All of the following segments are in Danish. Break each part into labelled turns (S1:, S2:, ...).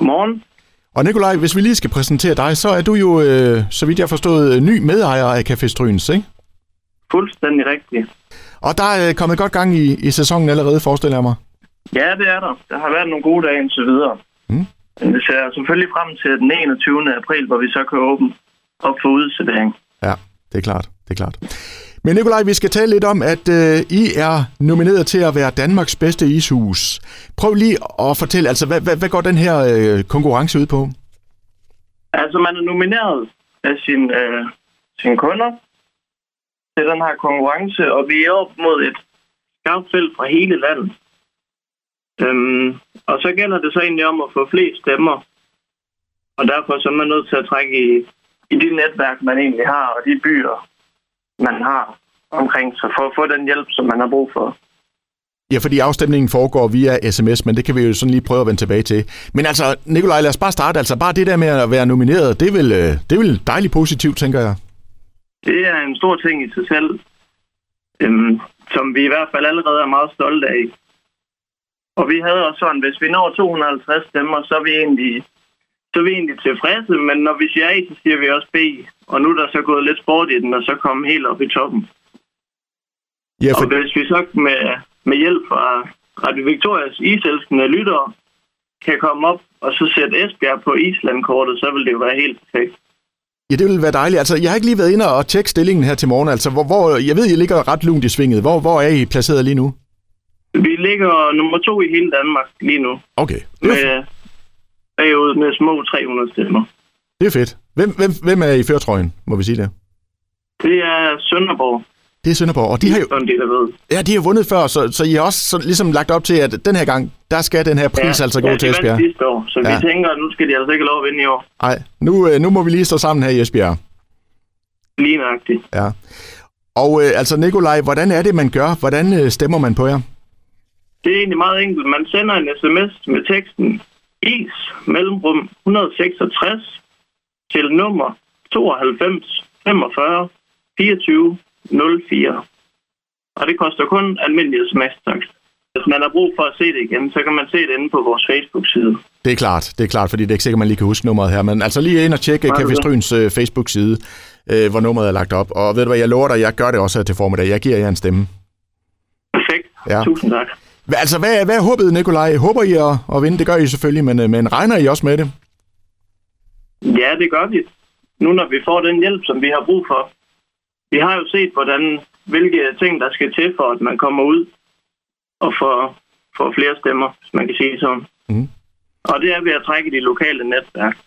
S1: Morgen.
S2: Og Nikolaj, hvis vi lige skal præsentere dig, så er du jo, øh, så vidt jeg har forstået, ny medejer af Café Stryns, ikke?
S1: Fuldstændig rigtigt.
S2: Og der er øh, kommet godt gang i, i sæsonen allerede, forestiller jeg mig.
S1: Ja, det er der. Der har været nogle gode dage indtil videre. Øh,
S2: Mm.
S1: Men Det ser selvfølgelig frem til den 21. april, hvor vi så kan åbne op for udservering.
S2: Ja, det er klart, det er klart. Men Nikolaj, vi skal tale lidt om, at øh, I er nomineret til at være Danmarks bedste ishus. Prøv lige at fortælle, altså hvad, hvad, hvad går den her øh, konkurrence ud på?
S1: Altså, man er nomineret af sin, øh, sine kunder til den her konkurrence, og vi er op mod et skarpt felt fra hele landet. Øhm, og så gælder det så egentlig om at få flest stemmer, og derfor så er man nødt til at trække i, i de netværk, man egentlig har, og de byer, man har omkring sig, for at få den hjælp, som man har brug for.
S2: Ja, fordi afstemningen foregår via sms, men det kan vi jo sådan lige prøve at vende tilbage til. Men altså, Nikolaj, lad os bare starte. Altså, bare det der med at være nomineret, det er vel, øh, det er vel dejligt positivt, tænker jeg.
S1: Det er en stor ting i sig selv, øhm, som vi i hvert fald allerede er meget stolte af. Og vi havde også sådan, hvis vi når 250 stemmer, så er vi egentlig, så er vi egentlig tilfredse, men når vi siger A, så siger vi også B. Og nu er der så gået lidt sport i den, og så kom helt op i toppen.
S2: Ja,
S1: Og
S2: for,
S1: hvis vi så med, med hjælp fra Radio Victorias iselskende lyttere kan komme op og så sætte Esbjerg på Islandkortet, så vil det jo være helt perfekt.
S2: ja, det vil være dejligt. Altså, jeg har ikke lige været inde og tjekke stillingen her til morgen. Altså, hvor, hvor, jeg ved, I ligger ret lunt i svinget. Hvor, hvor er I placeret lige nu?
S1: Vi ligger nummer to i hele Danmark lige nu.
S2: Okay, det er,
S1: med, bagud med små 300 stemmer.
S2: det er fedt. Hvem, hvem, hvem er i førtrøjen, må vi sige det?
S1: Det er Sønderborg,
S2: Det er Sønderborg, og de har jo
S1: som de der ved.
S2: ja, de har vundet før, så, så I har også så, ligesom lagt op til, at den her gang, der skal den her pris ja, altså gå
S1: ja,
S2: til
S1: de vandt
S2: Esbjerg.
S1: sidste år, så ja.
S2: Ja.
S1: vi tænker, at nu skal de altså ikke have lov at vinde i år.
S2: Nej, nu, øh, nu må vi lige stå sammen her i Esbjerg.
S1: Lige nøjagtigt.
S2: Ja. Og øh, altså, Nikolaj, hvordan er det, man gør? Hvordan øh, stemmer man på jer?
S1: Det er egentlig meget enkelt. Man sender en sms med teksten is mellemrum 166 til nummer 92 45 24 04. Og det koster kun almindelig sms -takst. Hvis man har brug for at se det igen, så kan man se det inde på vores Facebook-side.
S2: Det er klart, det er klart, fordi det er ikke sikkert, man lige kan huske nummeret her, men altså lige ind og tjekke
S1: Nej, det er
S2: Café
S1: det.
S2: Stryns øh, Facebook-side, øh, hvor nummeret er lagt op. Og ved du hvad, jeg lover dig, jeg gør det også her til formiddag. Jeg giver jer en stemme.
S1: Perfekt.
S2: Ja.
S1: Tusind tak.
S2: Hva, altså, hvad, hvad håbede Nikolaj? Håber I at, at vinde? Det gør I selvfølgelig, men, øh, men regner I også med det?
S1: Ja, det gør vi. Nu når vi får den hjælp, som vi har brug for. Vi har jo set, hvordan, hvilke ting, der skal til for, at man kommer ud og får, får flere stemmer, hvis man kan sige sådan.
S2: Mhm.
S1: Og det er ved at trække de lokale netværk.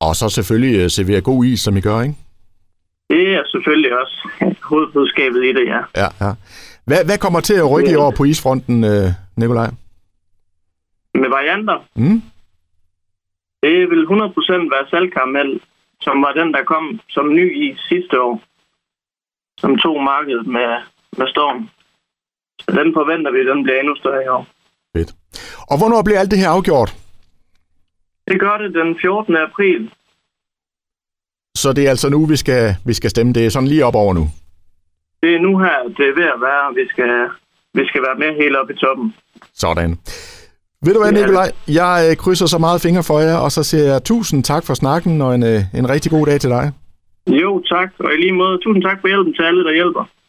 S2: Og så selvfølgelig øh, servere god is, som I gør, ikke?
S1: Det er selvfølgelig også hovedbudskabet i det, ja.
S2: Ja, ja. Hvad, hvad kommer til at rykke i
S1: Det-
S2: år på isfronten, øh, Nikolaj?
S1: Med varianter,
S2: Mm?
S1: det vil 100% være salgkaramel, som var den, der kom som ny i sidste år, som tog markedet med, med storm. Så den forventer vi, den bliver endnu større i år.
S2: Fedt. Og hvornår bliver alt det her afgjort?
S1: Det gør det den 14. april.
S2: Så det er altså nu, vi skal, vi skal stemme. Det er sådan lige op over nu.
S1: Det er nu her, det er ved at være, vi skal, vi skal være med helt oppe i toppen.
S2: Sådan. Ved du hvad,
S1: Det er
S2: Nikolaj? Jeg øh, krydser så meget fingre for jer, og så siger jeg tusind tak for snakken, og en, øh, en rigtig god dag til dig.
S1: Jo, tak. Og i lige måde, tusind tak for hjælpen til alle, der hjælper.